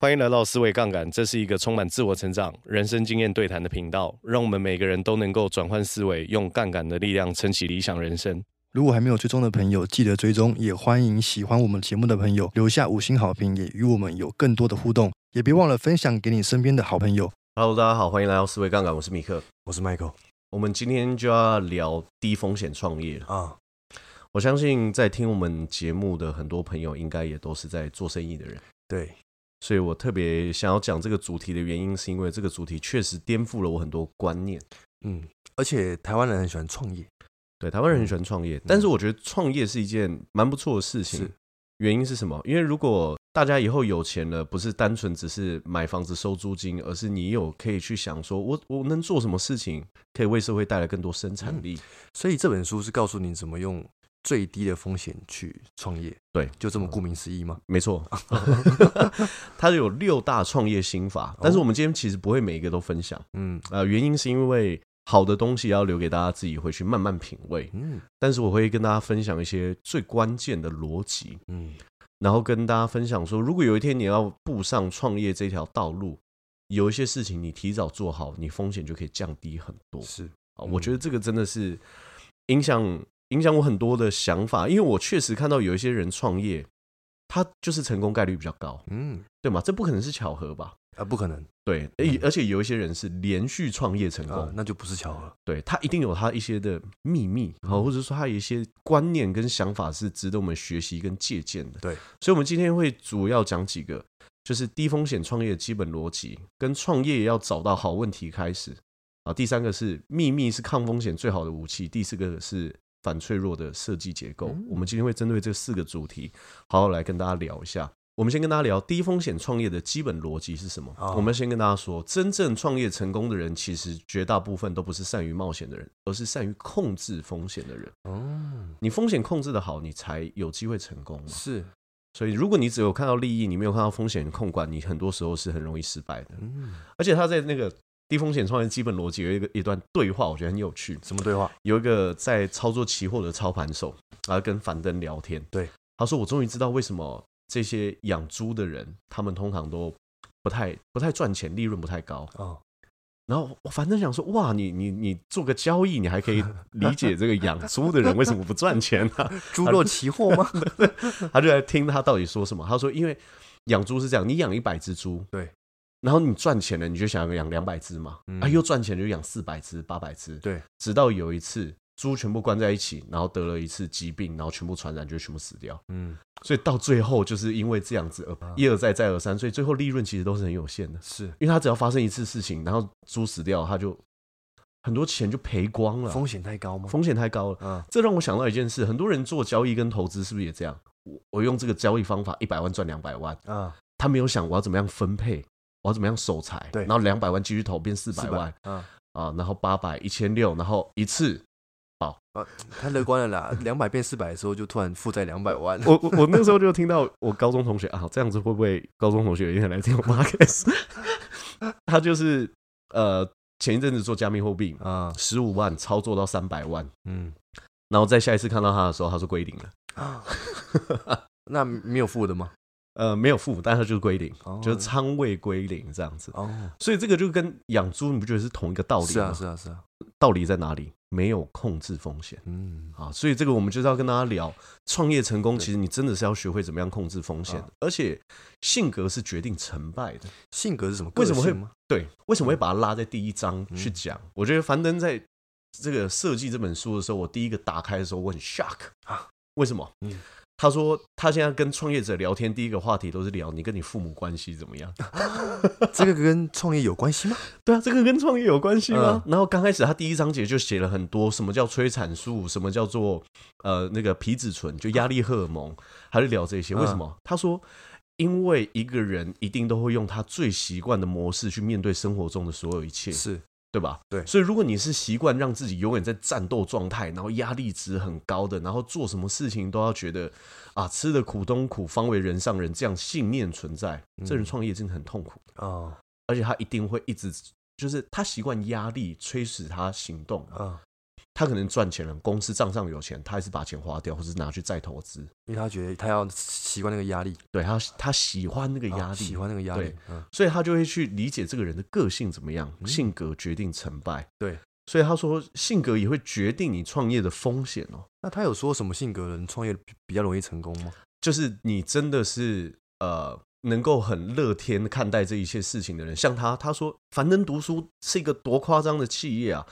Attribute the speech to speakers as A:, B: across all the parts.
A: 欢迎来到思维杠杆，这是一个充满自我成长、人生经验对谈的频道，让我们每个人都能够转换思维，用杠杆的力量撑起理想人生。
B: 如果还没有追踪的朋友，记得追踪，也欢迎喜欢我们节目的朋友留下五星好评，也与我们有更多的互动，也别忘了分享给你身边的好朋友。
A: Hello，大家好，欢迎来到思维杠杆，我是米克。
C: 我是 Michael
A: 我们今天就要聊低风险创业了。
C: 啊，
A: 我相信在听我们节目的很多朋友，应该也都是在做生意的人，
C: 对，
A: 所以我特别想要讲这个主题的原因，是因为这个主题确实颠覆了我很多观念。
C: 嗯，而且台湾人很喜欢创业，
A: 对，台湾人很喜欢创业，但是我觉得创业是一件蛮不错的事情
C: 是。
A: 原因是什么？因为如果大家以后有钱了，不是单纯只是买房子收租金，而是你有可以去想说，我我能做什么事情可以为社会带来更多生产力？
C: 所以这本书是告诉你怎么用最低的风险去创业，
A: 对，
C: 就这么顾名思义吗？
A: 没错，它有六大创业心法，但是我们今天其实不会每一个都分享。
C: 嗯
A: 呃，原因是因为好的东西要留给大家自己回去慢慢品味，
C: 嗯
A: 但是我会跟大家分享一些最关键的逻辑。
C: 嗯，
A: 然后跟大家分享说，如果有一天你要步上创业这条道路，有一些事情你提早做好，你风险就可以降低很多。
C: 是，
A: 啊，
C: 嗯
A: 我觉得这个真的是影响影响我很多的想法，因为我确实看到有一些人创业，他就是成功概率比较高，
C: 嗯
A: 对吗？这不可能是巧合吧？
C: 啊，不可能
A: 对，而而且有一些人是连续创业成
C: 嗯啊
A: 功，，
C: 那就不是巧合，
A: 对他一定有他一些的秘密，
C: 嗯
A: 好，或者说他有一些观念跟想法是值得我们学习跟借鉴的。
C: 对，
A: 所以我们今天会主要讲几个，就是低风险创业的基本逻辑，跟创业要找到好问题开始啊。第三个是秘密是抗风险最好的武器，第四个是反脆弱的设计结构。我们今天会针对这四个主题，好好来跟大家聊一下。我们先跟大家聊低风险创业的基本逻辑是什么。
C: 哦
A: 我们先跟大家说，真正创业成功的人，其实绝大部分都不是善于冒险的人，而是善于控制风险的人。
C: 哦，
A: 你风险控制的好，你才有机会成功嘛。
C: 是，
A: 所以，如果你只有看到利益，你没有看到风险控管，你很多时候是很容易失败的。
C: 嗯，
A: 而且他在那个低风险创业基本逻辑有一个一段对话，我觉得很有趣。
C: 什么对话？
A: 有一个在操作期货的操盘手，然后跟樊登聊天，
C: 对，
A: 他说：“我终于知道为什么这些养猪的人，他们通常都不太不太赚钱，利润不太高。”
C: 哦，
A: 然后我反正想说，哇，你你你做个交易，你还可以理解这个养猪的人为什么不赚钱啊？
C: 猪肉期货吗？
A: 他就在听他到底说什么。他说，因为养猪是这样，你养一百只猪，
C: 对，
A: 然后你赚钱了，你就想养两百只嘛，
C: 嗯
A: 啊，又赚钱就养四百只、八百只，
C: 对，
A: 直到有一次猪全部关在一起，然后得了一次疾病，然后全部传染，就全部死掉。
C: 嗯，
A: 所以到最后就是因为这样子而一而再再而三，所以最后利润其实都是很有限的，
C: 是
A: 因为他只要发生一次事情，然后猪死掉，他就很多钱就赔光了，
C: 风险太高吗？
A: 啊风险太高了。
C: 啊，
A: 这让我想到一件事，很多人做交易跟投资是不是也这样？我我用这个交易方法一百万赚两百万，
C: 啊，
A: 他没有想我要怎么样分配，我要怎么样守财，
C: 对
A: 然后两百万继续投变四百万
C: 400啊，
A: 啊，然后八百一千六，然后一次
C: 太乐观了啦， 两百变四百的时候就突然负债两百万，
A: 我我我那时候就听到我高中同学啊，这样子会不会高中同学有一天来听我 podcast？他就是呃前一阵子做加密货币，
C: 啊，
A: 十五万操作到三百万，
C: 嗯，
A: 然后再下一次看到他的时候，他说归零了，
C: 啊，
A: 嗯
C: 那没有负的吗？
A: 呃没有付，但他就是归零，
C: 哦
A: 就是仓位归零这样子。
C: 哦，
A: 所以这个就跟养猪，你不觉得是同一个道理吗？
C: 是啊，是啊，是啊，
A: 道理在哪里？没有控制风险
C: 嗯，
A: 啊，所以这个我们就是要跟大家聊，创业成功
C: 对啊
A: 其实你真的是要学会怎么样控制风险的，而且性格是决定成败的。
C: 性格是什么？
A: 为什么会
C: 个 性吗
A: 对，为什么会
C: 嗯
A: 把它拉在第一章去讲？我觉得樊登在这个设计这本书的时候，我第一个打开的时候，我很 shock 啊
C: 啊，
A: 为什么？
C: 嗯
A: 他说他现在跟创业者聊天，第一个话题都是聊你跟你父母关系怎么样。
C: 这个跟创业有关系吗？
A: 对啊，这个跟创业有关系吗？嗯然后刚开始他第一章节就写了很多什么叫催产素，什么叫做呃那个皮质醇，就压力荷尔蒙，他就聊这些。为什么？他说，因为一个人一定都会用他最习惯的模式去面对生活中的所有一切，
C: 是，
A: 对吧？
C: 对
A: 所以如果你是习惯让自己永远在战斗状态，然后压力值很高的，然后做什么事情都要觉得啊吃的苦中苦，方为人上人这样信念存在，这人创业真的很痛苦。
C: 哦，
A: 而且他一定会一直，就是他习惯压力催使他行动，
C: 啊，
A: 他可能赚钱了，公司账上有钱，他还是把钱花掉，或是拿去再投资。
C: 因为他觉得他要习惯那个压力，
A: 对他，他喜欢那个压
C: 啊
A: 力，
C: 喜欢那个压力
A: 对，
C: 嗯，
A: 所以他就会去理解这个人的个性怎么样，性格决定成败。
C: 对，
A: 所以他说性格也会决定你创业的风险哦，
C: 那他有说什么性格的人创业比比较容易成功吗？
A: 就是你真的是呃能够很乐天看待这一切事情的人，像他，他说樊登读书是一个多夸张的企业啊。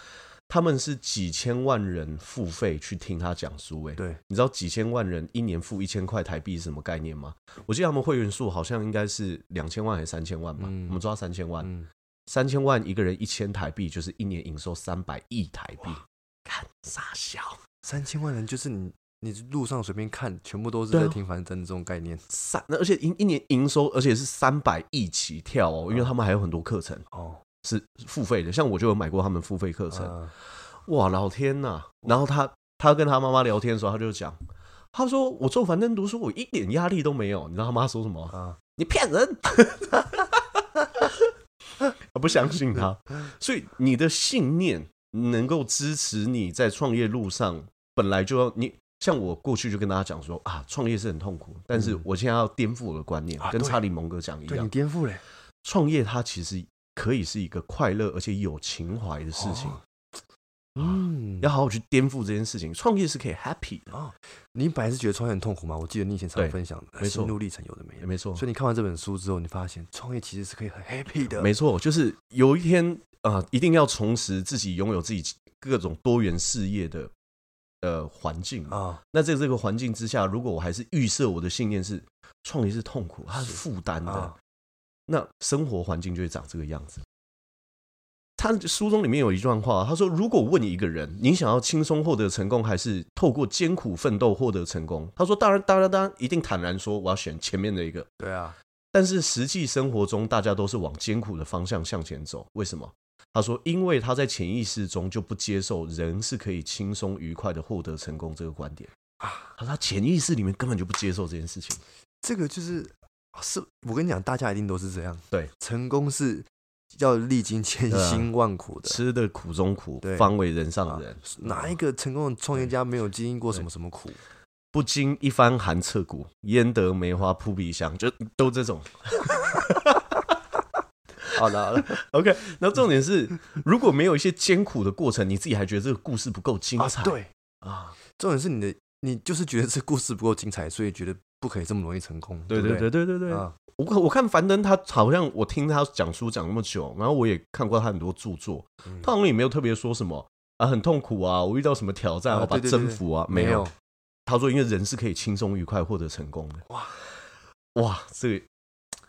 A: 他们是几千万人付费去听他讲书、欸，
C: 对，
A: 你知道几千万人一年付一千块台币是什么概念吗？我记得他们会员数好像应该是两千万还是三千万吧，
C: 嗯
A: 我们抓三千万，
C: 嗯，
A: 三千万一个人一千台币，就是一年营收三百亿台币，看傻笑，
C: 三千万人就是你，你路上随便看，全部都是
A: 对啊
C: 在听樊登这种概念
A: 三，而且一一年营收，而且是三百亿起跳哦，因为他们还有很多课程
C: 哦，
A: 是付费的，像我就有买过他们付费课程，
C: 啊
A: 哇，老天呐！然后他他跟他妈妈聊天的时候，他就讲，他说我做樊登读书，我一点压力都没有，你知道他妈说什么吗？
C: 啊，
A: 你骗人！ 我不相信他，所以你的信念能够支持你在创业路上，本来就要你像我过去就跟大家讲说啊，创业是很痛苦，但是
C: 嗯
A: 我现在要颠覆我的观念，
C: 啊
A: 跟
C: 对
A: 查理蒙格讲一
C: 对你
A: 样，
C: 颠覆嘞，
A: 创业它其实可以是一个快乐而且有情怀的事情，
C: 哦嗯，
A: 要好好去颠覆这件事情。创业是可以 happy 的，
C: 哦，你本来是觉得创业很痛苦吗？我记得你以前常
A: 对
C: 分享的
A: 没错
C: 心路历程，有的没的。
A: 没错，
C: 所以你看完这本书之后，你发现创业其实是可以很 happy 的。
A: 呃没错，就是有一天啊、呃一定要重拾自己拥有自己各种多元事业的呃环境啊。
C: 啊，
A: 那在这个环境之下，如果我还是预设我的信念是创业是痛苦，它是
C: 是
A: 负担的，
C: 啊
A: 那生活环境就会长这个样子。他书中里面有一段话，他说：“如果问一个人，你想要轻松获得成功，还是透过艰苦奋斗获得成功？”他说：“当然，当然，当然，一定坦然说，我要选前面的一个。”
C: 对啊，
A: 但是实际生活中，大家都是往艰苦的方向向前走。为什么？他说，因为他在潜意识中就不接受人是可以轻松愉快的获得成功这个观点啊。他说他潜意识里面根本就不接受这件事情。
C: 这个就是是我跟你讲，大家一定都是这样。
A: 对，
C: 成功是要历经千
A: 对啊
C: 辛万苦的。
A: 吃的苦中苦
C: 对，
A: 方为人
C: 啊
A: 上人。
C: 哪一个成功的创业家没有经历过什么什么苦？
A: 不经一番寒彻骨，焉得梅花扑鼻香？就都这种。
C: 好了好 了
A: OK，那重点是，如果没有一些艰苦的过程，你自己还觉得这个故事不够精彩。
C: 啊，对，
A: 啊，
C: 重点是你的，你就是觉得这故事不够精彩，所以觉得不可以这么容易成功。
A: 对
C: 不
A: 对对对对对。
C: 啊，
A: 我看我看樊登，他好像我听他讲书讲那么久，然后我也看过他很多著作，
C: 嗯
A: 他好像也没有特别说什么啊，很痛苦啊，我遇到什么挑战，
C: 啊
A: 我把
C: 对对对
A: 征服啊，
C: 没
A: 没
C: 有
A: 有。他说，因为人是可以轻松愉快获得成功的。
C: 哇
A: 哇，这个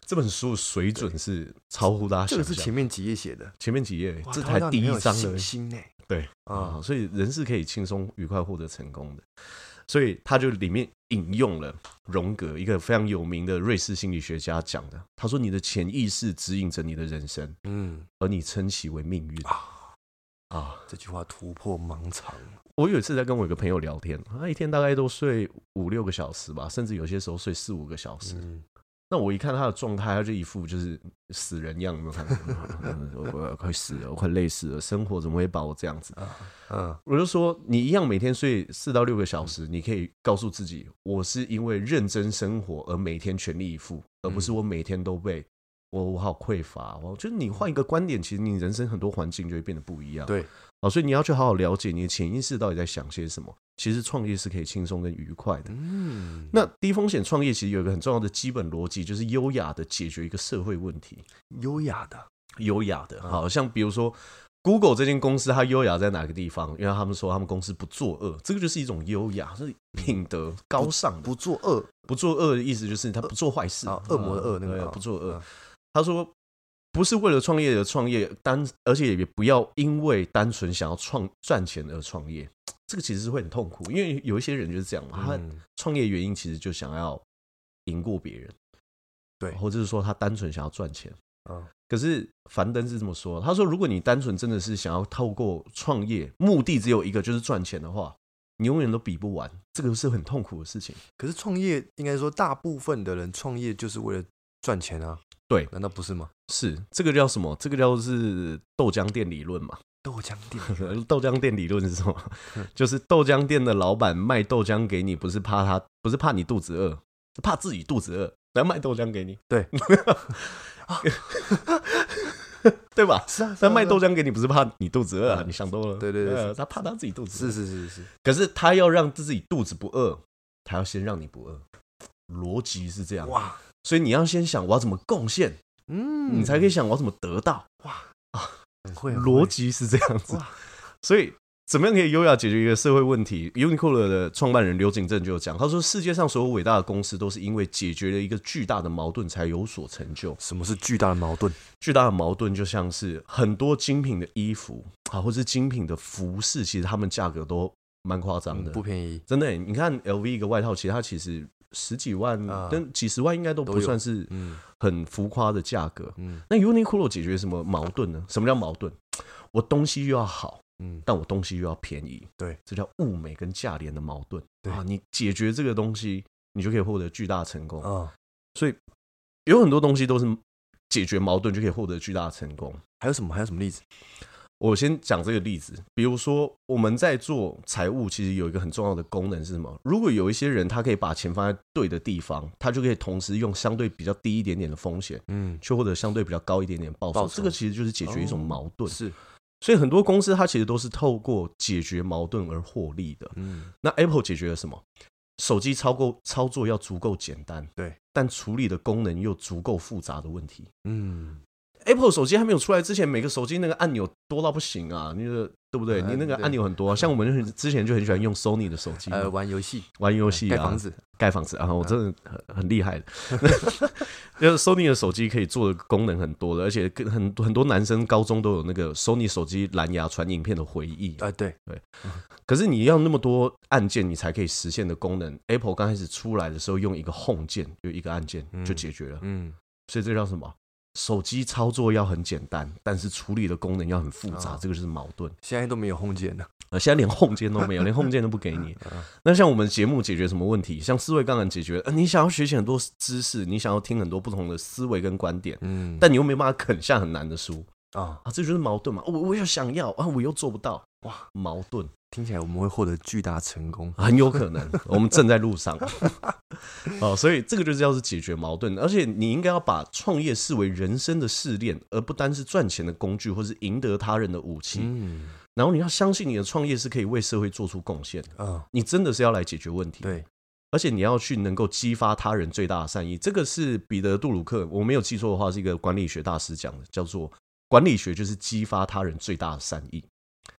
A: 这本书的水准是超乎大家
C: 这
A: 想
C: 个是
A: 象。
C: 前面几页写的，
A: 前面几页
C: 哇，
A: 这
C: 它
A: 才
C: 让
A: 第
C: 你很
A: 一
C: 有
A: 章而
C: 信
A: 已
C: 心呢。
A: 对啊
C: 啊，，
A: 所以人是可以轻松愉快获得成功的。所以他就里面引用了荣格一个非常有名的瑞士心理学家讲的，他说：“你的潜意识指引着你的人生，
C: 嗯
A: 而你称其为命运。”
C: 啊，
A: 啊，
C: 这句话突破盲肠，
A: 我有一次在跟我一个朋友聊天，他一天大概都睡五六个小时吧，甚至有些时候睡四五个小时。
C: 嗯，
A: 那我一看他的状态，他就一副就是死人样，有没有看？嗯 我我快死了，我快累死了，生活怎么会把我这样子？
C: 嗯，
A: 我就说，你一样每天睡四到六个小时，你可以告诉自己，我是因为认真生活而每天全力以赴，而
C: 嗯
A: 不是我每天都被我我好匮乏。我觉得你换一个观点，其实你人生很多环境就会变得不一样。
C: 对，
A: 啊，所以你要去好好了解你的潜意识到底在想些什么。其实创业是可以轻松跟愉快的。
C: 嗯，
A: 那低风险创业其实有一个很重要的基本逻辑，就是优雅的解决一个社会问题。
C: 优雅的，
A: 优雅的，
C: 嗯
A: 好像比如说 Google 这间公司，它优雅在哪个地方？因为他们说他们公司不作恶，这个就是一种优雅，是品德高尚的。
C: 不作恶
A: 不作恶的意思就是他不做坏事，
C: 啊，恶魔的恶
A: 嗯
C: 那个
A: 对
C: 啊
A: 不作恶
C: 啊。
A: 他说不是为了创业而创业，单而且也不要因为单纯想要创赚钱而创业，这个其实是会很痛苦，因为有一些人就是这样嘛，他
C: 嗯
A: 创业原因其实就想要赢过别人，
C: 对
A: 或者是说他单纯想要赚钱。
C: 啊，
A: 可是樊登是这么说，他说：“如果你单纯真的是想要透过创业，目的只有一个，就是赚钱的话，你永远都比不完，这个是很痛苦的事情。
C: 可是创业应该说大部分的人创业就是为了赚钱啊，
A: 对
C: 难道不是吗？
A: 是这个叫什么？这个叫是豆浆店理论嘛？
C: 豆浆店
A: 豆浆店理论是什么？
C: 嗯
A: 就是豆浆店的老板卖豆浆给你，不是怕他，不是怕你肚子饿，是怕自己肚子饿，然后卖豆浆给你。
C: 对
A: 对吧？
C: 是啊，
A: 他卖豆
C: 浆，
A: 浆给你，不是怕你肚子饿啊？
C: 嗯
A: 你想多了。
C: 对对对
A: 呃他怕他自己肚子饿。
C: 是是啊是是，
A: 可是他要让自己肚子不饿，他要先让你不饿，逻辑是这样。
C: 哇，
A: 所以你要先想我要怎么贡献，
C: 嗯，
A: 你才可以想我要怎么得到。
C: 很会很会
A: 逻辑是这样子
C: 哇。
A: 所以，怎么样可以优雅解决一个社会问题？Uniqlo 的创办人刘景正就有讲，他说：“世界上所有伟大的公司都是因为解决了一个巨大的矛盾才有所成就。
C: 什么是巨大的矛盾？
A: 巨大的矛盾就像是很多精品的衣服啊，或是精品的服饰，其实它们价格都蛮夸张的。
C: 嗯不便宜，
A: 真的耶，欸你看 LV 一个外套，其实它其实十几万
C: 啊，
A: 跟几十万应该都
C: 都
A: 不
C: 有
A: 算是
C: 嗯
A: 很浮夸的价格。
C: 嗯
A: 那 Uniqlo 解决什么矛盾呢？什么叫矛盾？我东西又要好，
C: 嗯，
A: 但我东西又要便宜，
C: 对，
A: 这叫物美跟价廉的矛盾。
C: 对
A: 啊，你解决这个东西，你就可以获得巨大的成功。
C: 啊，
A: 所以有很多东西都是解决矛盾就可以获得巨大的成功。
C: 还有什么还有什么例子？
A: 我先讲这个例子，比如说我们在做财务，其实有一个很重要的功能是什么？如果有一些人他可以把钱放在对的地方，他就可以同时用相对比较低一点点的风险，
C: 嗯，
A: 去获得相对比较高一点点报酬。
C: 报酬
A: 这个其实就是解决一种
C: 哦
A: 矛盾。
C: 是，
A: 所以很多公司它其实都是透过解决矛盾而获利的。
C: 嗯
A: 那 Apple 解决了什么？手机操够操作要足够简单，
C: 对，
A: 但处理的功能又足够复杂的问题。
C: 嗯，
A: Apple 手机还没有出来之前，每个手机那个按钮多到不行啊，那个对不对？
C: 嗯
A: 你那个
C: 对
A: 按钮很多啊、像我们就很之前就很喜欢用 Sony 的手机嘛，
C: 呃，玩游戏，
A: 玩游戏
C: 盖
A: 啊
C: 房，子，嗯
A: 盖房子啊，我真的很很厉害的。 就是 Sony 的手机可以做的功能很多的，而且跟很很多男生高中都有那个 Sony 手机蓝牙传影片的回忆。
C: 啊，对，
A: 可是你要那么多按键，你才可以实现的功能，Apple 刚开始出来的时候用一个 Home 键，就一个按键
C: 嗯
A: 就解决了。
C: 嗯，
A: 所以这叫什么？手机操作要很简单，但是处理的功能要很复杂，
C: 啊
A: 这个就是矛盾。
C: 现在都没有空间了，
A: 呃，现在连 Home 键都没有，连 Home 键都不给你。那像我们节目解决什么问题？像思维杠杆解决、呃，你想要学习很多知识，你想要听很多不同的思维跟观点，
C: 嗯，
A: 但你又没办法啃下很难的书
C: 啊，
A: 啊，这就是矛盾嘛。我我又想要啊，我又做不到，哇，矛盾。
C: 听起来我们会获得巨大成功，
A: 很有可能， 我们正在路上。 哦，所以这个就是要是解决矛盾，而且你应该要把创业视为人生的试炼，而不单是赚钱的工具或是赢得他人的武器。
C: 嗯，
A: 然后你要相信你的创业是可以为社会做出贡献的，
C: 啊，
A: 你真的是要来解决问题。
C: 对，
A: 而且你要去能够激发他人最大的善意，这个是彼得·杜鲁克，我没有记错的话，是一个管理学大师讲的，叫做管理学就是激发他人最大的善意。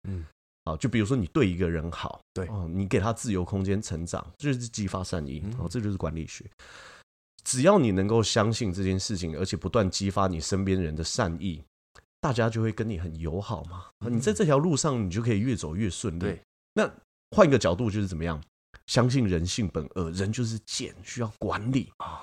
C: 嗯，
A: 啊，就比如说你对一个人好，
C: 对
A: 哦，你给他自由空间成长，这就是激发善意，
C: 嗯
A: 哦，这就是管理学。只要你能够相信这件事情，而且不断激发你身边人的善意，大家就会跟你很友好嘛。啊你在这条路上，你就可以越走越顺利。
C: 嗯对，
A: 那换一个角度就是怎么样？相信人性本恶，人就是贱，需要管理啊。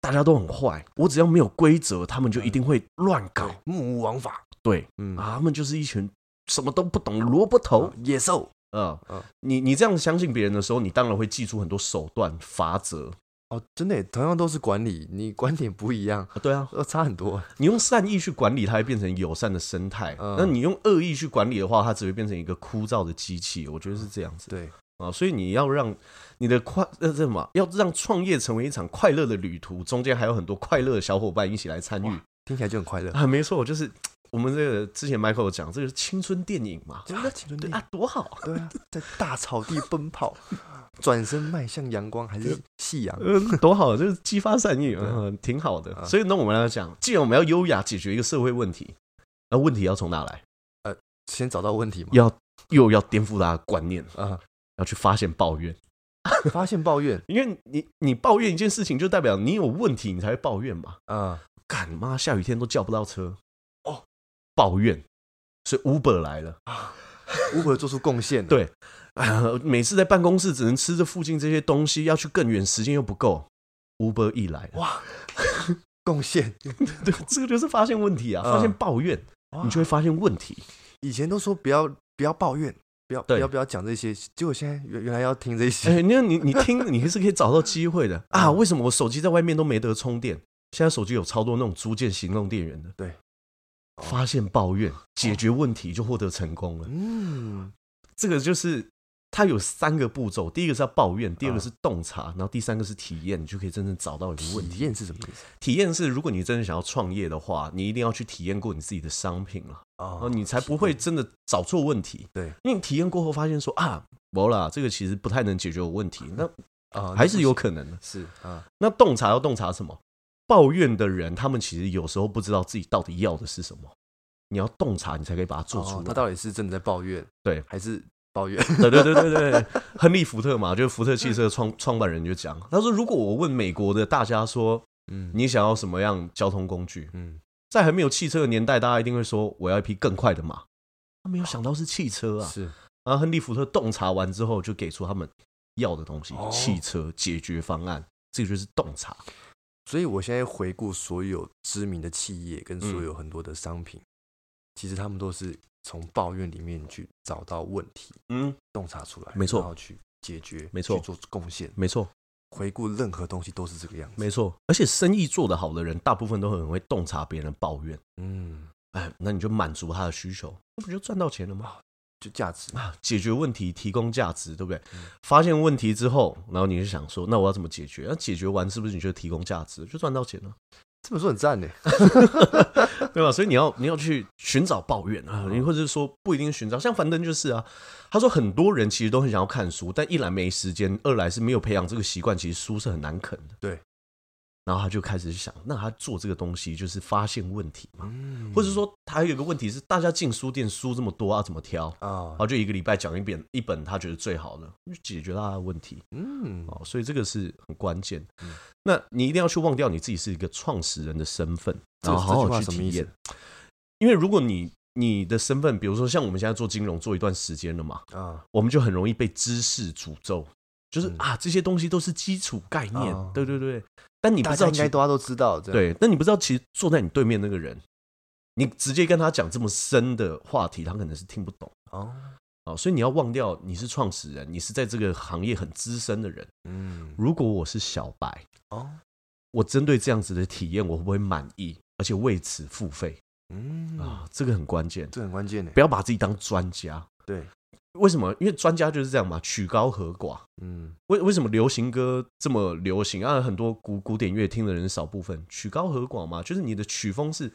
A: 大家都很坏，我只要没有规则，他们就一定会乱搞。
C: 目无王法，
A: 对
C: 嗯
A: 啊，他们就是一群什么都不懂的萝卜头
C: 啊。野兽，
A: 嗯
C: 嗯，
A: 你你这样相信别人的时候，你当然会记住很多手段、法则。
C: 哦，真的耶，同样都是管理，你观点不一样，
A: 啊对啊，
C: 呃，差很多，
A: 你用善意去管理，它会变成友善的生态；
C: 嗯
A: 那你用恶意去管理的话，它只会变成一个枯燥的机器。我觉得是这样子
C: 对，
A: 啊，所以你要让你的快呃这什么，要让创业成为一场快乐的旅途，中间还有很多快乐的小伙伴一起来参与
C: 听起来就很快乐，
A: 啊。没错，就是我们这个之前 Michael 有讲，这个是青春电影嘛，
C: 真的青春
A: 对
C: 电影
A: 啊，多好啊。
C: 对啊，在大草地奔跑， 转身迈向阳光还是夕阳？
A: 嗯，多好，就是激发善意，嗯，挺好
C: 啊
A: 的。所以呢，我们来讲，既然我们要优雅解决一个社会问题，那问题要从哪来？
C: 先找到问题嘛。
A: 要又要颠覆大家的观念，
C: 啊，
A: 要去发现抱怨，
C: 发现抱怨
A: 因为你你抱怨一件事情，就代表你有问题，你才会抱怨嘛。
C: 啊，
A: 干妈下雨天都叫不到车，哦，抱怨，所以 Uber 来了。
C: 啊如何做出贡献呢？
A: 对， 啊、每次在办公室只能吃这附近这些东西，要去更远，时间又不够。Uber 一来了，
C: 哇，贡献，
A: 对， 这个就是发现问题啊，发现
C: 嗯
A: 抱怨，你就会
C: 哇
A: 发现问题。
C: 以前都说不要不要抱怨，不要不
A: 对
C: 要不要讲这些，结果现在原原来要听这
A: 哎、
C: 些，
A: 那你你听，你是可以找到机会的啊！
C: 嗯
A: 为什么我手机在外面都没得充电？现在手机有超多那种租借行动电源的，
C: 对，哦
A: 发现抱怨，解决问题就获得成功了。
C: 嗯，
A: 这个就是它有三个步骤，第一个是要抱怨，第二个是洞察，然后第三个是体验，你就可以真正找到有个问
C: 体
A: 题。
C: 哦验是什么意思？
A: 体验是，如果你真的想要创业的话，你一定要去体验过你自己的商品了，然
C: 哦
A: 后你才不会真的找错问题。
C: 对，
A: 因为你体验过后发现说啊，没啦，这个其实不太能解决我问题，那
C: 啊
A: 还是有可能的。
C: 是啊，
A: 那洞察要洞察什么？抱怨的人，他们其实有时候不知道自己到底要的是什么。你要洞察，你才可以把它做出
C: 哦
A: 来。
C: 他到底是真的在抱怨，
A: 对嗯
C: 还是 抱怨？
A: 对对对对对，亨利福特嘛，就是福特汽车创创办人就讲，他说如果我问美国的大家说
C: 嗯
A: 你想要什么样交通工具，
C: 嗯，
A: 在还没有汽车的年代，大家一定会说我要一匹更快的马。他没有想到是汽车啊，
C: 是
A: 然后亨利福特洞察完之后，就给出他们要的东西
C: 哦，
A: 汽车解决方案，这个就是洞察。
C: 所以我现在回顾所有知名的企业跟
A: 嗯
C: 所有很多的商品，其实他们都是从抱怨里面去找到问题，
A: 嗯，
C: 洞察出来，
A: 没错
C: 然后去解决，
A: 没错
C: 去做贡献。
A: 没错，
C: 回顾任何东西都是这个样子，
A: 没错。而且生意做得好的人，大部分都很会洞察别人的抱怨。
C: 嗯，
A: 哎，那你就满足他的需求，那不就赚到钱了吗？
C: 就价值
A: 啊，解决问题，提供价值，对不对？发现问题之后，然后你就想说，那我要怎么解决？那解决完是不是你就提供价值，就赚到钱了，
C: 这本书很赞呢，
A: 对吧？所以你要你要去寻找抱怨啊，你或者是说不一定寻找，像樊登就是啊，他说很多人其实都很想要看书，但一来没时间，二来是没有培养这个习惯，其实书是很难啃的。
C: 对，
A: 然后他就开始想，那他做这个东西就是发现问题嘛，
C: 嗯
A: 啊或者说他有一个问题是，大家进书店书这么多啊，怎么挑？
C: 啊
A: 然，后就一个礼拜讲一遍一本他觉得最好的，就解决他的问题
C: 嗯，
A: 哦，所以这个是很关键
C: 嗯。
A: 那你一定要去忘掉你自己是一个创始人的身份，
C: 这
A: 然后好
C: 这句
A: 好
C: 话
A: 去
C: 什么
A: 体
C: 意思
A: 验。因为如果你你的身份，比如说像我们现在做金融做一段时间了嘛，
C: 啊，
A: 我们就很容易被知识诅咒，就是
C: 嗯
A: 啊这些东西都是基础概念
C: 哦，
A: 对对对。但你不
C: 大
A: 知
C: 家
A: 道
C: 应
A: 其
C: 该大家都知道，这样，
A: 对，但你不知道其实坐在你对面那个人，你直接跟他讲这么深的话题，他可能是听不懂。
C: 哦，
A: 哦，所以你要忘掉你是创始人，你是在这个行业很资深的人。
C: 嗯，
A: 如果我是小白，
C: 哦，
A: 我针对这样子的体验，我会不会满意，而且为此付费啊、
C: 嗯，
A: 这个很关键，
C: 这很关键呢
A: 不，要把自己当专家。
C: 对，
A: 为什么？因为专家就是这样嘛，曲高和寡。
C: 嗯，
A: 为为什么流行歌这么流行啊？很多古古典乐听的人少部分，曲高和寡嘛，就是你的曲风是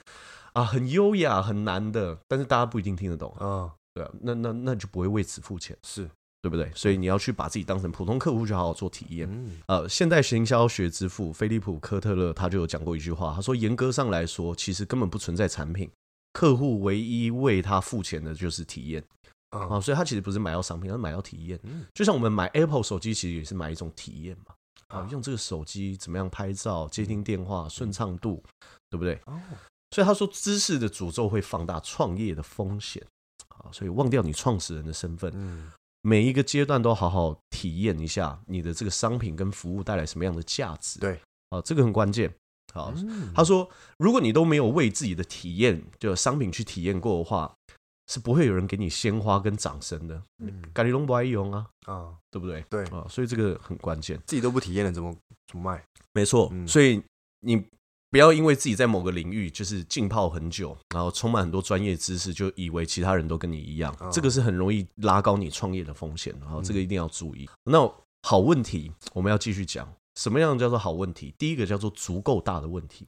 A: 啊很优雅很难的，但是大家不一定听得懂啊。
C: 啊，
A: 对啊，那那那你就不会为此付钱。
C: 是，
A: 对不对？所以你要去把自己当成普通客户，去好好做体验。
C: 嗯，
A: 呃，现代行销学之父菲利普·科特勒他就有讲过一句话，他说：“严格上来说，其实根本不存在产品，客户唯一为他付钱的就是体验
C: 啊，
A: 啊。”所以他其实不是买到商品，他是买到体验。啊
C: 嗯，
A: 就像我们买 Apple 手机，其实也是买一种体验嘛。啊
C: 啊，嗯
A: 用这个手机怎么样拍照、接听电话、顺畅度，对不对？
C: 哦，
A: 所以他说，知识的诅咒会放大创业的风险啊。所以忘掉你创始人的身份，
C: 嗯，
A: 每一个阶段都好好体验一下你的这个商品跟服务带来什么样的价值。
C: 对，
A: 啊，这个很关键。好，
C: 嗯
A: 他说，如果你都没有为自己的体验，就商品去体验过的话，是不会有人给你鲜花跟掌声的。
C: 嗯
A: 咖喱龙不爱用啊，
C: 啊，
A: 对不对？
C: 对，
A: 啊，所以这个很关键。
C: 自己都不体验了，怎么怎么卖？
A: 没错，
C: 嗯
A: 所以你不要因为自己在某个领域就是浸泡很久，然后充满很多专业知识，就以为其他人都跟你一样，
C: 哦
A: 这个是很容易拉高你创业的风险，然后这个一定要注意。那好问题，我们要继续讲，什么样叫做好问题？第一个叫做足够大的问题，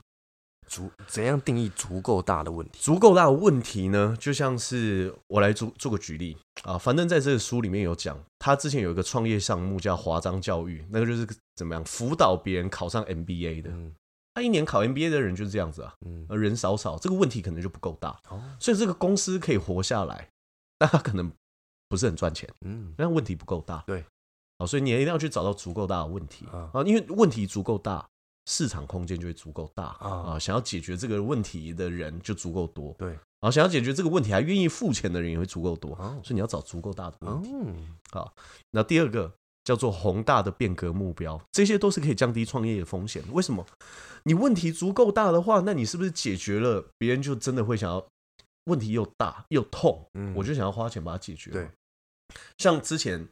C: 足怎样定义足够大的问题？
A: 足够大的问题呢，就像是我来做做个举例啊，反正在这个书里面有讲，他之前有一个创业项目叫华章教育，那个就是怎么样辅导别人考上 MBA 的。
C: 嗯
A: 他一年考 MBA 的人就是这样子啊，
C: 嗯，
A: 呃人少少，这个问题可能就不够大，
C: 哦，
A: 所以这个公司可以活下来，但他可能不是很赚钱，
C: 嗯
A: 但问题不够大。
C: 对，
A: 好，所以你一定要去找到足够大的问题
C: 啊
A: 啊，因为问题足够大，市场空间就会足够大
C: 啊
A: 啊，想要解决这个问题的人就足够多，
C: 对，
A: 啊，想要解决这个问题还愿意付钱的人也会足够多，
C: 哦
A: 所以你要找足够大的问
C: 哦
A: 题。，那第二个叫做宏大的变革目标，这些都是可以降低创业的风险。为什么？你问题足够大的话，那你是不是解决了，别人就真的会想要？问题又大又痛，
C: 嗯
A: 我就想要花钱把它解决。
C: 对，
A: 像之前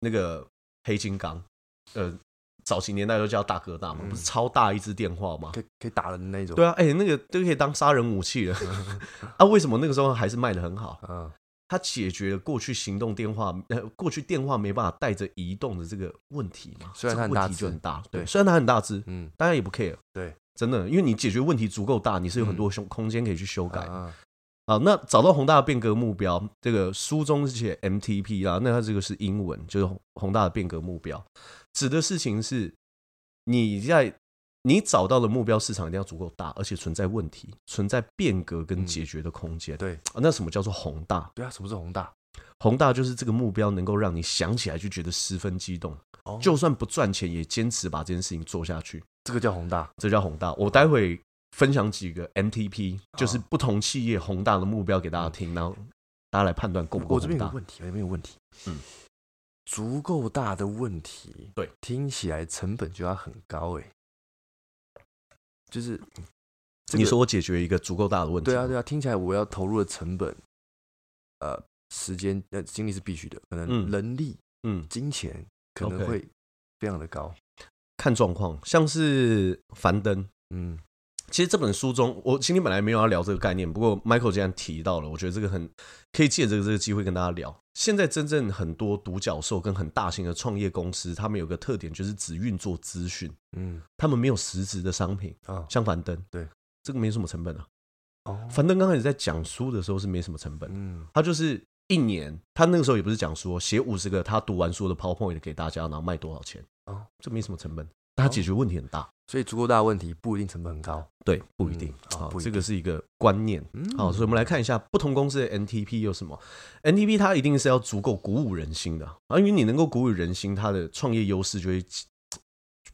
A: 那个黑金刚，呃，早期年代都叫大哥大嘛，
C: 嗯
A: 不是超大一只电话吗？
C: 可以可以打人的那种。
A: 对啊，哎、那个都可以当杀人武器了。 啊，为什么那个时候还是卖的很好？
C: 嗯，
A: 它解决了过去行动电话，呃，过去电话没办法带着移动的这个问题嘛。
C: 虽然
A: 这
C: 它很
A: 个
C: 大
A: 问题就
C: 只
A: 很大，对，
C: 对
A: 虽然它很大只，
C: 嗯
A: 大家也不 care。
C: 对，嗯
A: 真的，因为你解决问题足够大，你是有很多空空间可以去修改。
C: 啊，
A: 啊，那找到宏大的变革目标，这个书中是写 MTP 啦，那它这个是英文，就是宏宏大的变革目标，指的事情是你在你找到的目标市场一定要足够大，而且存在问题，存在变革跟解决的空间。
C: 对
A: 啊，那什么叫做宏大？
C: 对啊，什么是宏大？
A: 宏大就是这个目标能够让你想起来就觉得十分激动，
C: 哦
A: 就算不赚钱也坚持把这件事情做下去，
C: 这个叫宏大。
A: 这叫宏大。我待会。分享几个 MTP，就是
C: 哦
A: 不同企业宏大的目标给大家听，然后大家来判断够不够
C: 嗯我这
A: 宏
C: 边有
A: 大
C: 个。问题，我啊这边有个问题。
A: 嗯，
C: 足够大的问题，
A: 对，
C: 听起来成本就要很高哎、就是、这
A: 你
C: 个
A: 说我解决一个足够大的问题，
C: 对啊对啊，听起来我要投入的成本，呃，时间呃精力是必须的，可
A: 嗯
C: 能人力、
A: 嗯，
C: 金钱可能
A: OK
C: 会非常的高。
A: 看状况，像是樊登。
C: 嗯，
A: 其实这本书中，我今天本来没有要聊这个概念，不过 Michael 既然提到了，我觉得这个很可以借着这个机会跟大家聊。现在真正很多独角兽跟很大型的创业公司，他们有个特点就是只运作资讯，
C: 嗯
A: 他们没有实质的商品，
C: 啊
A: 像樊登，
C: 对
A: 这个没什么成本啊。
C: 哦，
A: 樊登刚开始在讲书的时候是没什么成本的，
C: 嗯
A: 他就是一年，他那个时候也不是讲说写五十个他读完书的 PowerPoint 给大家，然后卖多少钱
C: 哦，
A: 这没什么成本，但他解决问题很大，
C: 所以足够大的问题不一定成本很高。
A: 对，不一定
C: 嗯哦
A: 好，
C: 不一
A: 这
C: 定
A: 个是一个观念。
C: 嗯
A: 好，所以我们来看一下不同公司的 NTP 有什么。NTP 它一定是要足够鼓舞人心的，啊，因为你能够鼓舞人心，它的创业优势就会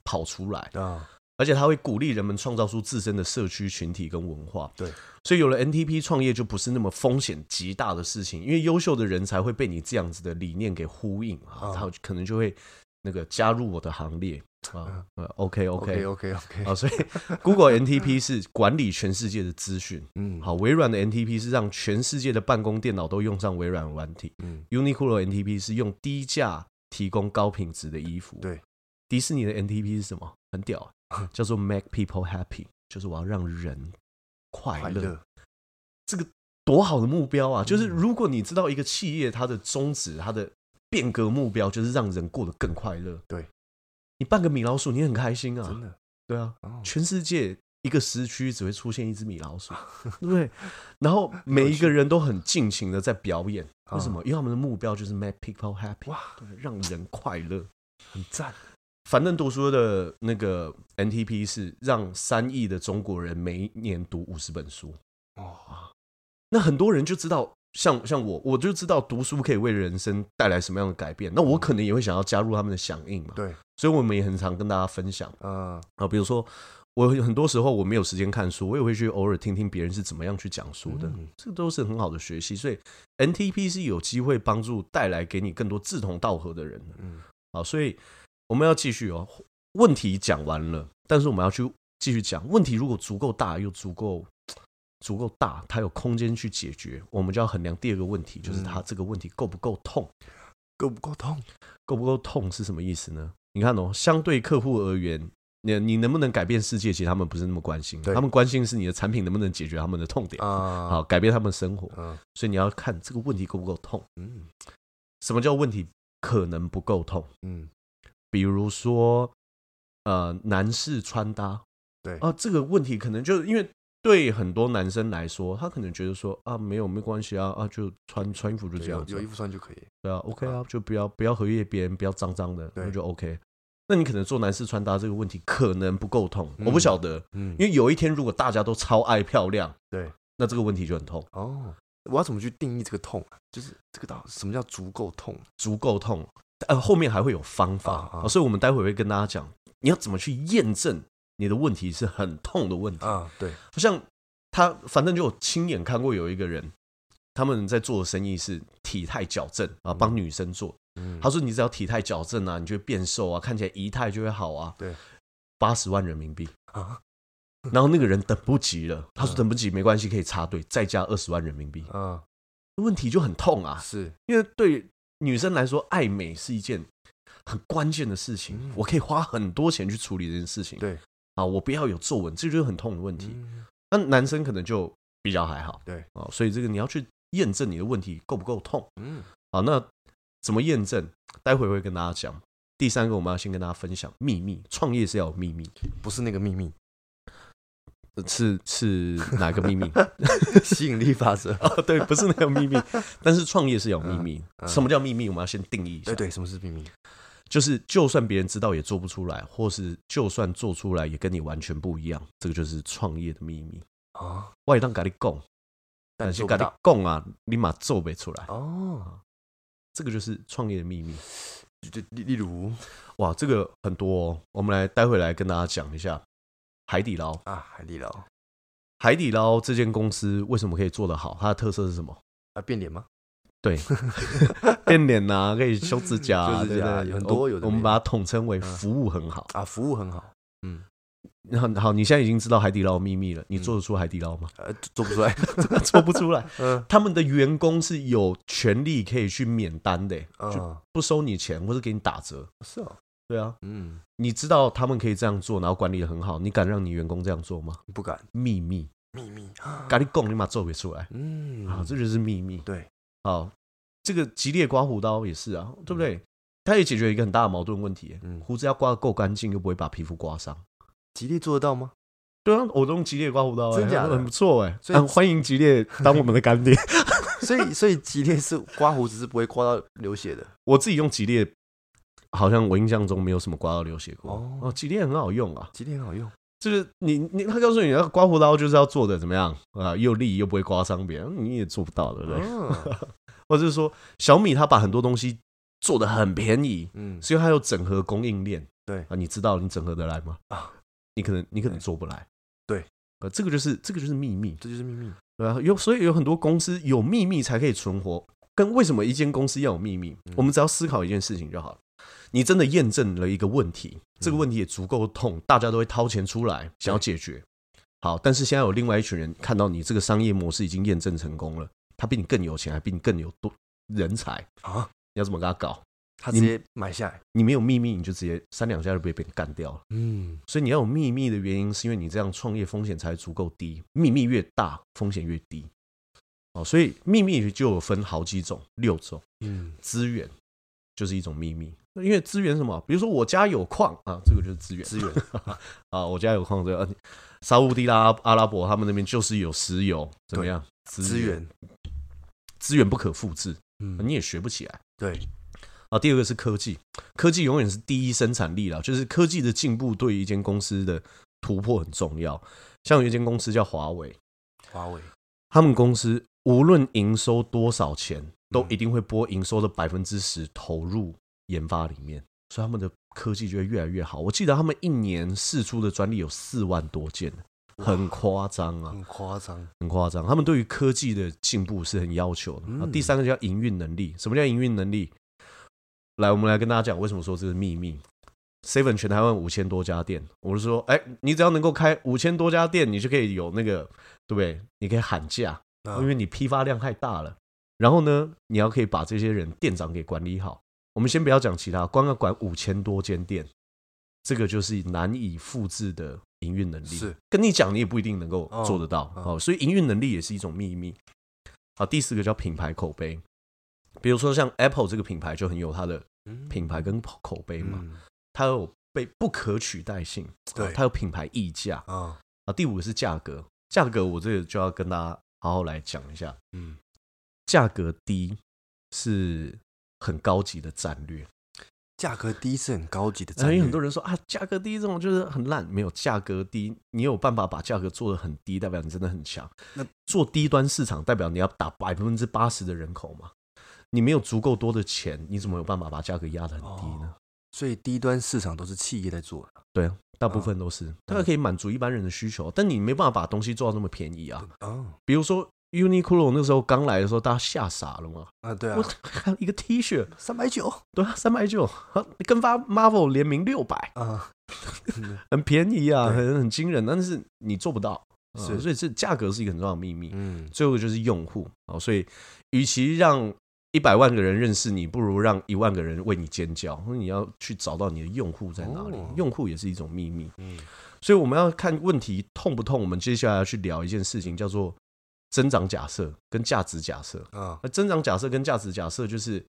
A: 跑出来。
C: 啊，
A: 而且它会鼓励人们创造出自身的社区群体跟文化。
C: 对，
A: 所以有了 NTP 创业就不是那么风险极大的事情，因为优秀的人才会被你这样子的理念给呼应啊
C: 啊，
A: 他可能就会那个加入我的行列啊。呃 OK
C: OK
A: OK
C: OK OK，
A: 啊，所以 Google NTP 是管理全世界的资讯。
C: 嗯，
A: 好，微软的 NTP 是让全世界的办公电脑都用上微软软体。
C: 嗯
A: Uniqlo NTP 是用低价提供高品质的衣服。
C: 对，
A: 迪士尼的 NTP 是什么？很 屌啊、叫做 Make People Happy，就是我要让人快
C: 快
A: 乐
C: 乐。，嗯
A: 多好的目标啊！就是如果你知道一个企业它的宗旨、它的变革目标，就是让人过得更快乐。
C: 对，
A: 你办个米老鼠，你很开心
C: 真
A: 啊。
C: 的
A: 对啊，
C: 哦，
A: 全世界一个时区只会出现一只米老鼠， 对不对？然后每一个人都很尽情的在表演，为
C: 啊
A: 什么？因为他们的目标就是 make people happy，
C: 嗯哇
A: 对，让人快乐。
C: 很赞？
A: 反正读书的那个 NTP 是让三亿的中国人每年读五十本书，
C: 哦，
A: 那很多人就知道。像像我，我就知道读书可以为人生带来什么样的改变，那我可能也会想要加入他们的响应嘛。
C: 对，
A: 所以我们也很常跟大家分享，
C: 嗯
A: 啊，比如说我很多时候我没有时间看书，我也会去偶尔听听别人是怎么样去讲书的，
C: 嗯
A: 这都是很好的学习。所以 NTP 是有机会帮助带来给你更多志同道合的人的。
C: 嗯，
A: 好，所以我们要继续哦。问题讲完了，但是我们要去继续讲问题。如果足够大又足够足够大，它有空间去解决，我们就要衡量第二个问题，就是它
C: 嗯
A: 这个问题够不够痛。
C: 够不够痛？
A: 够不够痛是什么意思呢？你看哦，相对客户而言，你你能不能改变世界，其实他们不是那么关心，
C: 对
A: 他们关心是你的产品能不能解决他们的痛点，
C: 啊，
A: 好，改变他们的生活。
C: 嗯
A: 所以你要看这个问题够不够痛。
C: 嗯
A: 什么叫问题可能不够痛？
C: 嗯，
A: 比如说，呃，男士穿搭，
C: 对
A: 啊，这个问题可能就因为对很多男生来说，他可能觉得说啊，没有没关系啊啊，就穿穿衣服就
C: 对
A: 这样
C: 有
A: 子
C: 有衣服穿就可以。
A: 对啊，OK 啊，就不要不要荷叶边，不要脏脏的，
C: 对
A: 那就 OK。那你可能做男士穿搭这个问题可能不够痛，
C: 嗯
A: 我不晓得，
C: 嗯，因
A: 因为有一天如果大家都超爱漂亮，
C: 对，
A: 那这个问题就很痛，
C: 哦，我要怎么去定义这个痛啊？就是这个到什么叫足够痛？
A: 足够痛。呃，后面还会有方法，
C: 啊啊
A: 哦所以我们待会会跟大家讲，你要怎么去验证你的问题是很痛的问题。
C: 啊，对，
A: 好像他反正就有亲眼看过有一个人，他们在做的生意是体态矫正啊，帮女生做，
C: 嗯，
A: 他说你只要体态矫正啊，你就会变瘦啊，看起来仪态就会好啊。
C: 对，
A: 八十万人民币。
C: 啊
A: 然后那个人等不及了，他
C: 嗯
A: 说等不及没关系，可以插队，再加二十万人民币。
C: 啊，
A: 问题就很痛啊，
C: 是
A: 因为对女生来说，爱美是一件很关键的事情，我可以花很多钱去处理这件事情。
C: 嗯对，
A: 啊，我不要有皱纹，这就是很痛的问题。
C: 嗯
A: 那男生可能就比较还好，
C: 对
A: 啊，所以这个你要去验证你的问题够不够痛
C: 嗯，
A: 啊。那怎么验证？待会会跟大家讲。第三个，我们要先跟大家分享秘密，创业是要有秘密，
C: 不是那个秘密，
A: 呃是是哪个秘密？
C: 吸引力法则。
A: 啊，对，不是那个秘密，但是创业是有秘密。
C: 嗯嗯
A: 什么叫秘密？我们要先定义一下。
C: 对对，什么是秘密？
A: 就是就算别人知道也做不出来，或是就算做出来也跟你完全不一样，这个就是创业的秘密。
C: 啊，
A: 外当咖喱供，
C: 但
A: 是
C: 做
A: 咖
C: 不
A: 喱
C: 到
A: 供啊，你马做不出来，
C: 哦。
A: 这个就是创业的秘密。
C: 就就例例如
A: 哇，这个很多、哦，我们来待会来跟大家讲一下海底捞。
C: 啊，海底捞啊，
A: 海底捞这间公司为什么可以做得好？它的特色是什么？
C: 啊变脸吗？
A: 对，变脸呐、可以修指甲、啊
C: 修指甲
A: 对不对
C: 有很多
A: 我
C: 有的没的
A: 我们把它统称为
C: 嗯
A: 服务很好。
C: 啊，服务很好，
A: 然后好，你现在已经知道海底捞的秘密
C: 嗯
A: 了，你做得出海底捞吗？
C: 呃，做做不出来，
A: 做不出来。
C: 嗯
A: 他们的员工是有权利可以去免单的、就
C: 嗯，
A: 不收你钱或者给你打折。
C: 是哦，
A: 对啊，
C: 嗯，
A: 你知道他们可以这样做，然后管理的很好，你敢让你员工这样做吗？
C: 不敢
A: 秘密，
C: 秘密啊，
A: 咖喱贡你马做不出来
C: 嗯，
A: 啊，这就是秘密。
C: 对，
A: 好，哦这个吉列刮胡刀也是啊，对不对？它也解决一个很大的矛盾问题、
C: 嗯
A: 胡子要刮得够干净，又不会把皮肤刮伤。
C: 吉利做得到吗？
A: 对啊，我都用吉列刮胡刀、欸，
C: 真假的
A: 很不错哎、欸
C: 所以
A: 啊欢迎吉 列当我们的干爹。
C: 所以所以吉列是刮胡子是不会刮到流血的，
A: 我自己用吉列，好像我印象中没有什么刮到流血过。
C: 哦
A: 哦，吉列很好用啊，
C: 吉列很好用，
A: 就是你你他告诉你，那个刮胡刀就是要做的怎么样啊，又利又不会刮伤别人，你也做不到，对不对？
C: 嗯
A: 或者是说小米它把很多东西做的很便宜，
C: 嗯，
A: 所以它有整合供应链。
C: 对
A: 啊，你知道你整合得来吗？
C: 啊，
A: 你可能你可能做不来。
C: 对，
A: 呃，这个就是这个就是秘密，
C: 这就是秘密，
A: 对啊，有所以有很多公司有秘密才可以存活。跟为什么一间公司要有秘密，
C: 嗯
A: 我们只要思考一件事情就好了。你真的验证了一个问题，这
C: 嗯
A: 个问题也足够痛，大家都会掏钱出来想要解决。好，但是现在有另外一群人看到你这个商业模式已经验证成功了，他比你更有钱，还比你更有多人才
C: 啊！
A: 你要怎么跟他搞？
C: 他
A: 你
C: 直接买下来，
A: 你没有秘密，你就直接三两下就被被干掉了。
C: 嗯，
A: 所以你要有秘密的原因，是因为你这样创业风险才足够低，秘密越大，风险越低。哦，所以秘密就有分好几种，六种。
C: 嗯，
A: 资源就是一种秘密，因为资源是什么？比如说我家有矿啊，这个就是资源
C: 资源
A: 啊，我家有矿这个，啊你沙烏地拉阿拉伯他们那边就是有石油，怎么样？
C: 资源，
A: 资源不可复制，
C: 嗯，
A: 你也学不起来。
C: 对，
A: 啊，第二个是科技，科技永远是第一生产力啦，就是科技的进步对于一间公司的突破很重要。像有一间公司叫华为，
C: 华为，
A: 他们公司无论营收多少钱，都
C: 嗯
A: 一定会拨营收的百分之十投入研发里面，所以他们的科技就会越来越好。我记得他们一年试出的专利有四万多件，很夸张啊，
C: 很夸张，
A: 很夸张。他们对于科技的进步是很要求的。
C: 嗯
A: 啊第三个叫营运能力，什么叫营运能力？来，我们来跟大家讲为什么说这是秘密。Seven 全台湾五千多家店，我是说，哎、你只要能够开五千多家店，你就可以有那个，对不对？你可以喊价，
C: 啊
A: 因为你批发量太大了。然后呢，你要可以把这些人店长给管理好。我们先不要讲其他，光要管五千多间店，这个就是难以复制的营运能力。
C: 是
A: 跟你讲，你也不一定能够做得到、
C: 哦
A: 哦。所以营运能力也是一种秘密。好，第四个叫品牌口碑，比如说像 Apple 这个品牌就很有它的品牌跟口碑嘛，
C: 嗯
A: 它有被不可取代性，
C: 对
A: 哦它有品牌溢价
C: 啊，
A: 啊。第五个是价格，价格我这个就要跟大家好好来讲一下。
C: 嗯，
A: 价格低是很高级的战略。
C: 价格低是哎很高级的
A: 因
C: 战
A: 为
C: 略，
A: 哎很多人说啊，价格低这种就是很烂，没有价格低，你有办法把价格做得很低，代表你真的很强。
C: 那
A: 做低端市场，代表你要打百分之八十的人口嘛？你没有足够多的钱，你怎么有办法把价格压得很低呢？
C: 所以低端市场都是企业在做的
A: 对啊，大部分都是，它可以满足一般人的需求，但你没办法把东西做到那么便宜啊。
C: 啊
A: 比如说 Uniqlo 那时候刚来的时候，大家吓傻了嘛，
C: 啊，对啊
A: 我，看一个 T 恤，
C: 三百九
A: 对啊，三百九，跟发 Marvel 联名六百，
C: 啊，
A: 很便宜啊，
C: 对
A: 很很惊人，但是你做不到，嗯
C: 是
A: 所以这价格是一个很重要的秘密。
C: 嗯
A: 最后一个就是用户啊，哦所以与其让一百万个人认识你，不如让一万个人为你尖叫。那你要去找到你的用户在哪里
C: 哦，
A: 用户也是一种秘密。
C: 嗯
A: 所以我们要看问题痛不痛。我们接下来要去聊一件事情，叫做增长假设跟价值假设。
C: 啊
A: 那增长假设跟价值假设就是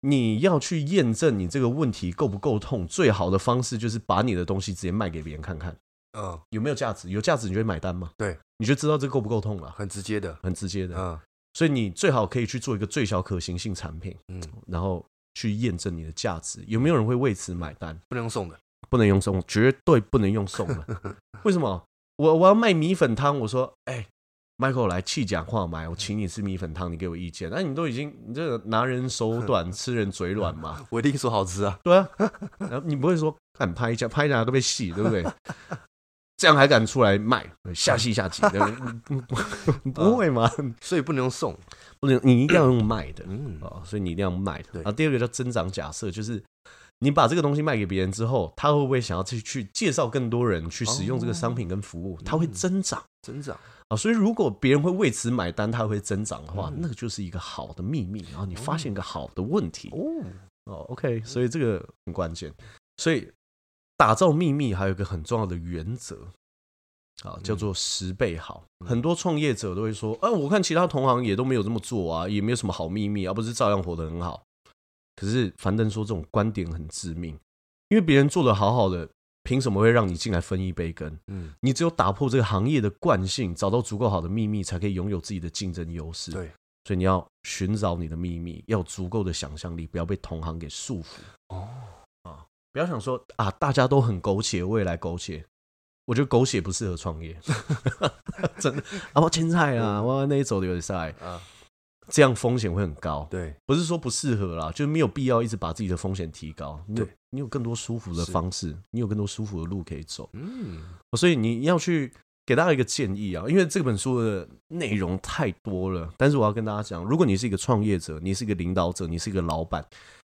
A: 你要去验证你这个问题够不够痛，最好的方式就是把你的东西直接卖给别人看看
C: 嗯，
A: 有没有价值，有价值你就会买单嘛，
C: 对，
A: 你就知道这够不够痛了，
C: 很直接的，
A: 很直接的。
C: 嗯
A: 所以你最好可以去做一个最小可行性产品，
C: 嗯，
A: 然后去验证你的价值，有没有人会为此买单？
C: 不能送的，
A: 不能用送，绝对不能用送的。为什么？我我要卖米粉汤，我说，哎、m i c h a e l 来气讲话买，我请你吃米粉汤，你给我意见。那、你都已经，你这个拿人手短，吃人嘴软嘛？
C: 我一定说好吃啊，
A: 对啊，然后你不会说，敢拍一下，拍一下都被戏，对不对？这样还敢出来卖，下戏下级，对嗯不对嗯不会嘛？
C: 所以不能用送，
A: 不能，你一定要用卖的。
C: 嗯
A: 哦，所以你一定要卖它。
C: 对
A: 然后第二个叫增长假设，就是你把这个东西卖给别人之后，他会不会想要去去介绍更多人去使用这个商品跟服务？
C: 哦
A: 它
C: 嗯
A: 会增长
C: 增长，
A: 啊、所以如果别人会为此买单，它会增长的话，
C: 嗯
A: 那个就是一个好的秘密。然后你发现一个好的问题哦
C: 哦，
A: OK，所以这个很关键。所以打造秘密还有一个很重要的原则。啊，叫做十倍好。很多创业者都会说，啊，我看其他同行也都没有这么做啊，也没有什么好秘密，而、不是照样活得很好。可是樊登说这种观点很致命，因为别人做的好好的，凭什么会让你进来分一杯羹？
C: 嗯，
A: 你只有打破这个行业的惯性，找到足够好的秘密，才可以拥有自己的竞争优势。
C: 对，
A: 所以你要寻找你的秘密，要有足够的想象力，不要被同行给束缚。
C: 哦，
A: 不要想说啊，大家都很苟且，我也来苟且。我觉得苟且不适合创业， 真的。啊，我青菜啊，我那一走的有点晒，
C: 啊，
A: 这样风险会很高。
C: 对，
A: 不是说不适合啦，就是没有必要一直把自己的风险提高。你有
C: 对
A: 你有更多舒服的
C: 是
A: 方式，你有更多舒服的路可以走。
C: 嗯，
A: 所以你要去给大家一个建议啊，因为这本书的内容太多了。但是我要跟大家讲，如果你是一个创业者，你是一个领导者，你是一个老板，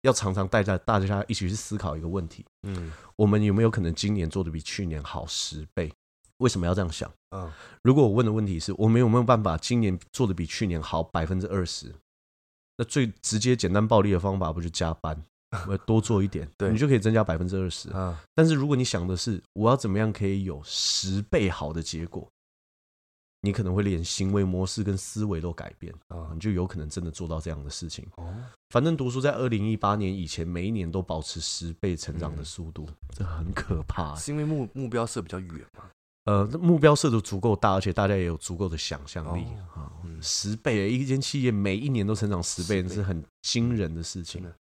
A: 要常常带着大家一起去思考一个问题：
C: 嗯，
A: 我们有没有可能今年做的比去年好十倍？为什么要这样想？
C: 嗯，
A: 如果我问的问题是我们有没有办法今年做的比去年好百分之二十，那最直接、简单、暴力的方法不就加班，我多做一点，
C: 对
A: 你就可以增加百分之二十。
C: 啊，
A: 但是如果你想的是我要怎么样可以有十倍好的结果，你可能会连行为模式跟思维都改变，
C: 啊
A: 你，就有可能真的做到这样的事情。
C: 哦，
A: 反正读书在二零一八年以前，每一年都保持十倍成长的速度，这很可怕、欸
C: 是因为目目标设比较远嘛，
A: 呃，这目标设的足够大，而且大家也有足够的想象力啊、
C: 嗯
A: 十倍，一间企业每一年都成长十倍，
C: 10倍
A: 是很惊人的事情
C: 真的。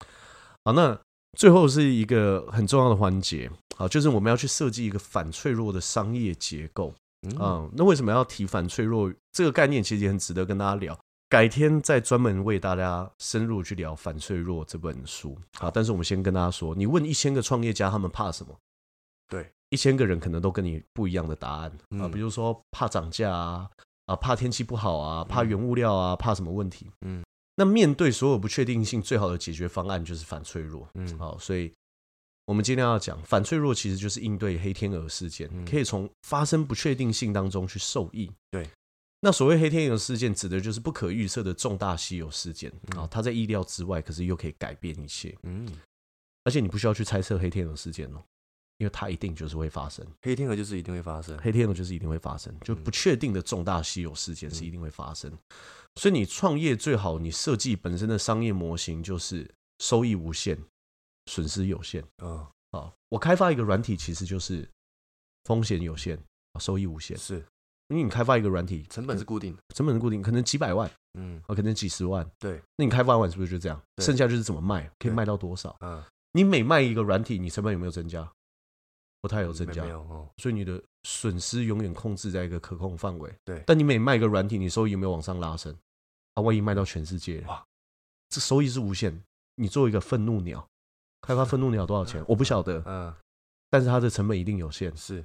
A: 好，那最后是一个很重要的环节，好，就是我们要去设计一个反脆弱的商业结构。
C: 嗯，
A: 嗯，那为什么要提反脆弱这个概念？其实也很值得跟大家聊。改天再专门为大家深入去聊《反脆弱》这本书好，但是我们先跟大家说，你问一千个创业家他们怕什么？
C: 对，
A: 一千个人可能都跟你不一样的答案啊、
C: 嗯
A: 比如说怕涨价啊，啊怕天气不好啊，怕原物料啊，怕什么问题？
C: 嗯，
A: 那面对所有不确定性，最好的解决方案就是反脆弱。
C: 嗯，
A: 好，所以我们今天要讲反脆弱，其实就是应对黑天鹅事件，
C: 嗯
A: 可以从发生不确定性当中去受益。
C: 对，
A: 那所谓黑天鹅事件，指的就是不可预测的重大稀有事件啊、它在意料之外，可是又可以改变一切，
C: 嗯，
A: 而且你不需要去猜测黑天鹅事件哦。因为它一定就是会发生，
C: 黑天鹅就是一定会发生，
A: 黑天鹅就是一定会发生，就
C: 嗯
A: 不确定的重大稀有事件是一定会发生。所以你创业最好，你设计本身的商业模型就是收益无限，损失有限。
C: 嗯，
A: 啊，我开发一个软体其实就是风险有限，啊收益无限。
C: 是
A: 因为你开发一个软体，
C: 成本是固定的，
A: 成本固定，可能几百万，
C: 嗯，
A: 啊，可能几十万。
C: 对，
A: 那你开发完是不是就这样？
C: 对
A: 剩下就是怎么卖，可以
C: 对
A: 卖到多少？
C: 啊，
A: 你每卖一个软体，你成本有没有增加？不太有
C: 没
A: 增加
C: 没，有哦，
A: 所以你的损失永远控制在一个可控范围。
C: 对
A: 但你每卖一个软体，你收益有没有往上拉升？啊，万一卖到全世界，
C: 哇，
A: 这收益是无限。你做一个愤怒鸟，开发愤怒鸟多少钱？我不晓得，
C: 嗯，
A: 但是它的成本一定有限。
C: 是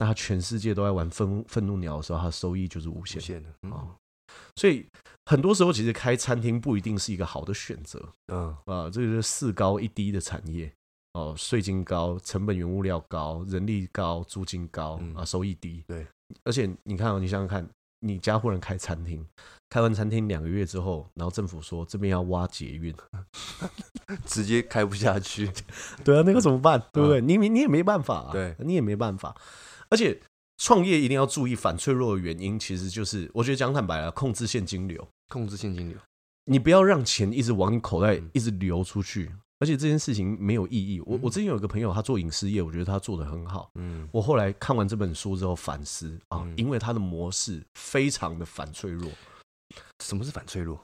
A: 那他全世界都在玩愤愤怒鸟的时候，他的收益就是无
C: 无
A: 限
C: 限的，
A: 啊、
C: 嗯，
A: 所以很多时候，其实开餐厅不一定是一个好的选择
C: 嗯，
A: 啊、这个就是四高一低的产业哦、税金高，成本原物料高，人力高，租金高啊、
C: 嗯
A: 收益低。
C: 对，
A: 而且你看、哦，你想想看，你家忽然开餐厅，开完餐厅两个月之后，然后政府说这边要挖捷运，
C: 直接开不下去。
A: 对啊，那个怎么办？对不对？你你你也没办法、啊，
C: 嗯对
A: 你也没办法。而且创业一定要注意反脆弱的原因，其实就是我觉得讲坦白了，控制现金流，
C: 控制现金流，
A: 你不要让钱一直往你口
C: 嗯
A: 袋一直流出去。而且这件事情没有意义。我我之前有一个朋友，他做影视业，我觉得他做的很好。
C: 嗯，
A: 我后来看完这本书之后反思啊
C: 嗯，
A: 因为他的模式非常的反脆弱。
C: 什么是反脆弱？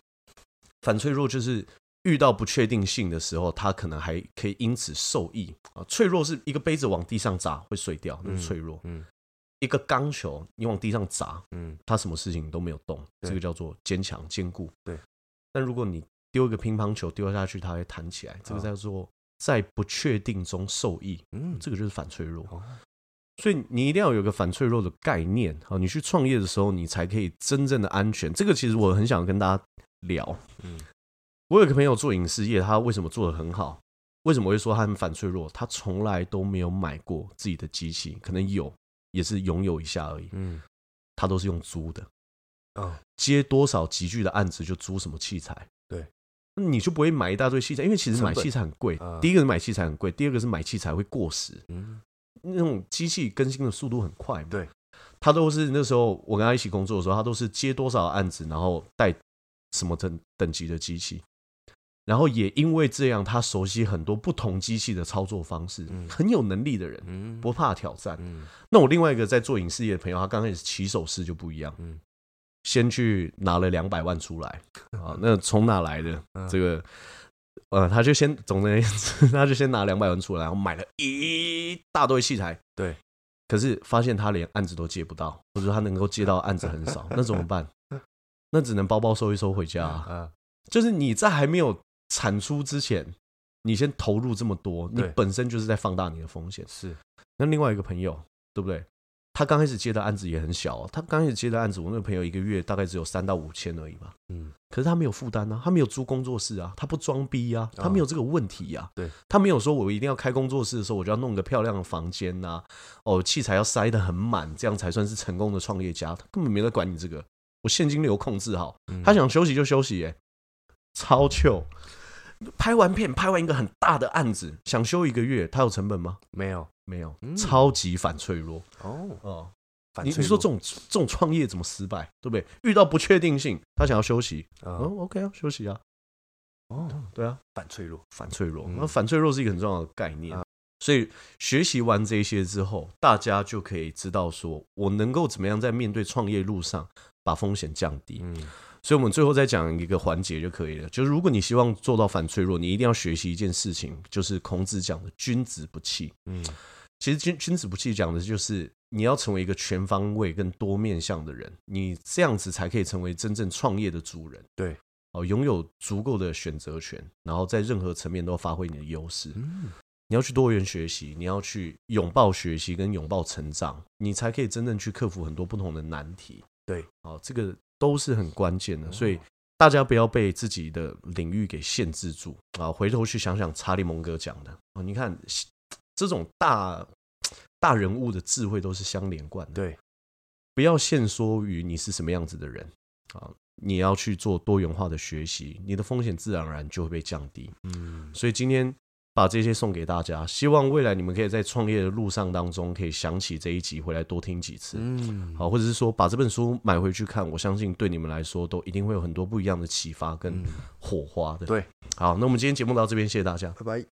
A: 反脆弱就是遇到不确定性的时候，他可能还可以因此受益啊。脆弱是一个杯子往地上砸会碎掉，那是脆弱。
C: 嗯
A: 一个钢球你往地上砸，
C: 嗯，
A: 它什么事情都没有动，
C: 对
A: 这个叫做坚强坚固。
C: 对，
A: 但如果你丢一个乒乓球丢下去，它会弹起来，这个
C: 啊
A: 叫做在不确定中受益。
C: 嗯，
A: 这个就是反脆弱。
C: 哦
A: 所以你一定要有一个反脆弱的概念啊，你去创业的时候，你才可以真正的安全。这个其实我很想跟大家聊。
C: 嗯
A: 我有一个朋友做影视业，他为什么做的很好？为什么我会说他很反脆弱？他从来都没有买过自己的机器，可能有，也是拥有一下而已。
C: 嗯
A: 他都是用租的，
C: 哦，
A: 接多少集剧的案子就租什么器材。
C: 对，
A: 你就不会买一大堆器材，因为其实买
C: 成本
A: 器材很贵。
C: 啊
A: 第一个是买器材很贵，第二个是买器材会过时。
C: 嗯
A: 那种机器更新的速度很快嘛。
C: 对，
A: 他都是那时候我跟他一起工作的时候，他都是接多少案子，然后带什么等等级的机器，然后也因为这样，他熟悉很多不同机器的操作方式，
C: 嗯
A: 很有能力的人，
C: 嗯，
A: 不怕挑战。
C: 嗯
A: 那我另外一个在做影视业的朋友，他刚开始起手式就不一样，
C: 嗯
A: 先去拿了两百万出 来啊，那从哪来的、
C: 嗯
A: 这个？呃，他就先，总而言之， 他就先拿两百万出来，然后买了一大堆器材，
C: 对，
A: 可是发现他连案子都接不到，或者说他能够接到的案子很少，那怎么办？那只能包包收一收回家、啊。
C: 啊，
A: 就是你在还没有产出之前，你先投入这么多，你
C: 对
A: 本身就是在放大你的风险。
C: 是
A: 那另外一个朋友，对不对？他刚开始接的案子也很小、哦，他刚开始接的案子，我那个朋友一个月大概只有三到五千而已吧。
C: 嗯
A: 可是他没有负担啊，他没有租工作室啊，他不装逼啊，他没有这个问题啊。
C: 对，
A: 他没有说我一定要开工作室的时候，我就要弄个漂亮的房间呐、哦，器材要塞得很满，这样才算是成功的创业家。他根本没在管你这个，我现金流控制好，
C: 嗯
A: 他想休息就休息、耶，超糗。拍完片，拍完一个很大的案子，想休一个月，他有成本吗？
C: 没有
A: 没有，
C: 嗯
A: 超级反脆弱
C: 哦，
A: 哦。
C: 反
A: 你
C: 脆
A: 你说
C: 弱
A: 这种这种创业怎么失败，对不对？遇到不确定性，他想要休息，
C: 啊
A: 嗯，OK 啊，休息啊，
C: 哦，
A: 对啊，
C: 反脆弱，
A: 反脆弱，
C: 嗯
A: 那反脆弱是一个很重要的概念
C: 啊。
A: 所以学习完这些之后，大家就可以知道说我能够怎么样在面对创业路上把风险降低。
C: 嗯
A: 所以我们最后再讲一个环节就可以了，就是如果你希望做到反脆弱，你一定要学习一件事情，就是孔子讲的“君子不器”。
C: 嗯
A: 其实君君子不器讲的就是你要成为一个全方位跟多面向的人，你这样子才可以成为真正创业的主人。
C: 对，
A: 哦，拥有足够的选择权，然后在任何层面都发挥你的优势。
C: 嗯
A: 你要去多元学习，你要去拥抱学习跟拥抱成长，你才可以真正去克服很多不同的难题。
C: 对，
A: 哦，这个都是很关键的，
C: 哦
A: 所以大家不要被自己的领域给限制住啊！回头去想想查理蒙哥讲的啊，你看这种大大人物的智慧都是相连贯的，
C: 对，
A: 不要限缩于你是什么样子的人啊，你要去做多元化的学习，你的风险自然而然就会被降低。
C: 嗯
A: 所以今天把这些送给大家，希望未来你们可以在创业的路上当中，可以想起这一集回来多听几次，
C: 嗯
A: 好，或者是说把这本书买回去看，我相信对你们来说都一定会有很多不一样的启发跟
C: 嗯
A: 火花的。
C: 对，
A: 好，那我们今天节目到这边，谢谢大家。
B: 拜拜。